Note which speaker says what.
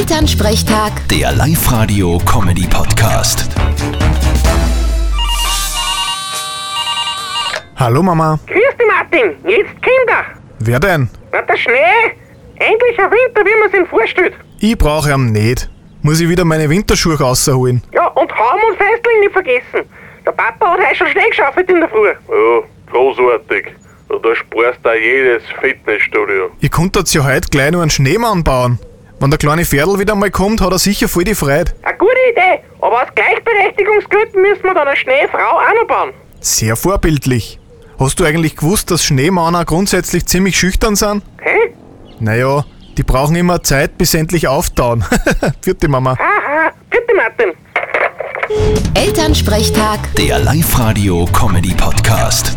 Speaker 1: Elternsprechtag,
Speaker 2: Der Live-Radio-Comedy-Podcast.
Speaker 3: Hallo Mama,
Speaker 4: Grüß dich, Martin. Jetzt Kinder.
Speaker 3: wer denn?
Speaker 4: Na, der Schnee. Endlich ein Winter, wie man sich ihn vorstellt.
Speaker 3: Ich brauche ihn nicht. Muss ich wieder meine Winterschuhe rausholen?
Speaker 4: Ja, und Haum und Fesseln nicht vergessen. Der Papa hat heute schon Schnee geschaufelt in der Früh.
Speaker 5: Ja, großartig. Da sparst du auch jedes Fitnessstudio.
Speaker 3: Ihr könntet ja heute gleich noch einen Schneemann bauen. Wenn der kleine Pferdl wieder mal kommt, hat er sicher voll die Freude.
Speaker 4: Eine gute Idee, aber aus Gleichberechtigungsgründen müssen wir dann eine Schneefrau auch noch bauen.
Speaker 3: Sehr vorbildlich. Hast du eigentlich gewusst, dass Schneemänner grundsätzlich ziemlich schüchtern sind?
Speaker 4: Hä?
Speaker 3: Naja, die brauchen immer Zeit, bis sie endlich auftauen. Vierte Mama.
Speaker 4: Aha, bitte, Martin.
Speaker 1: Elternsprechtag.
Speaker 2: Der Live-Radio-Comedy-Podcast.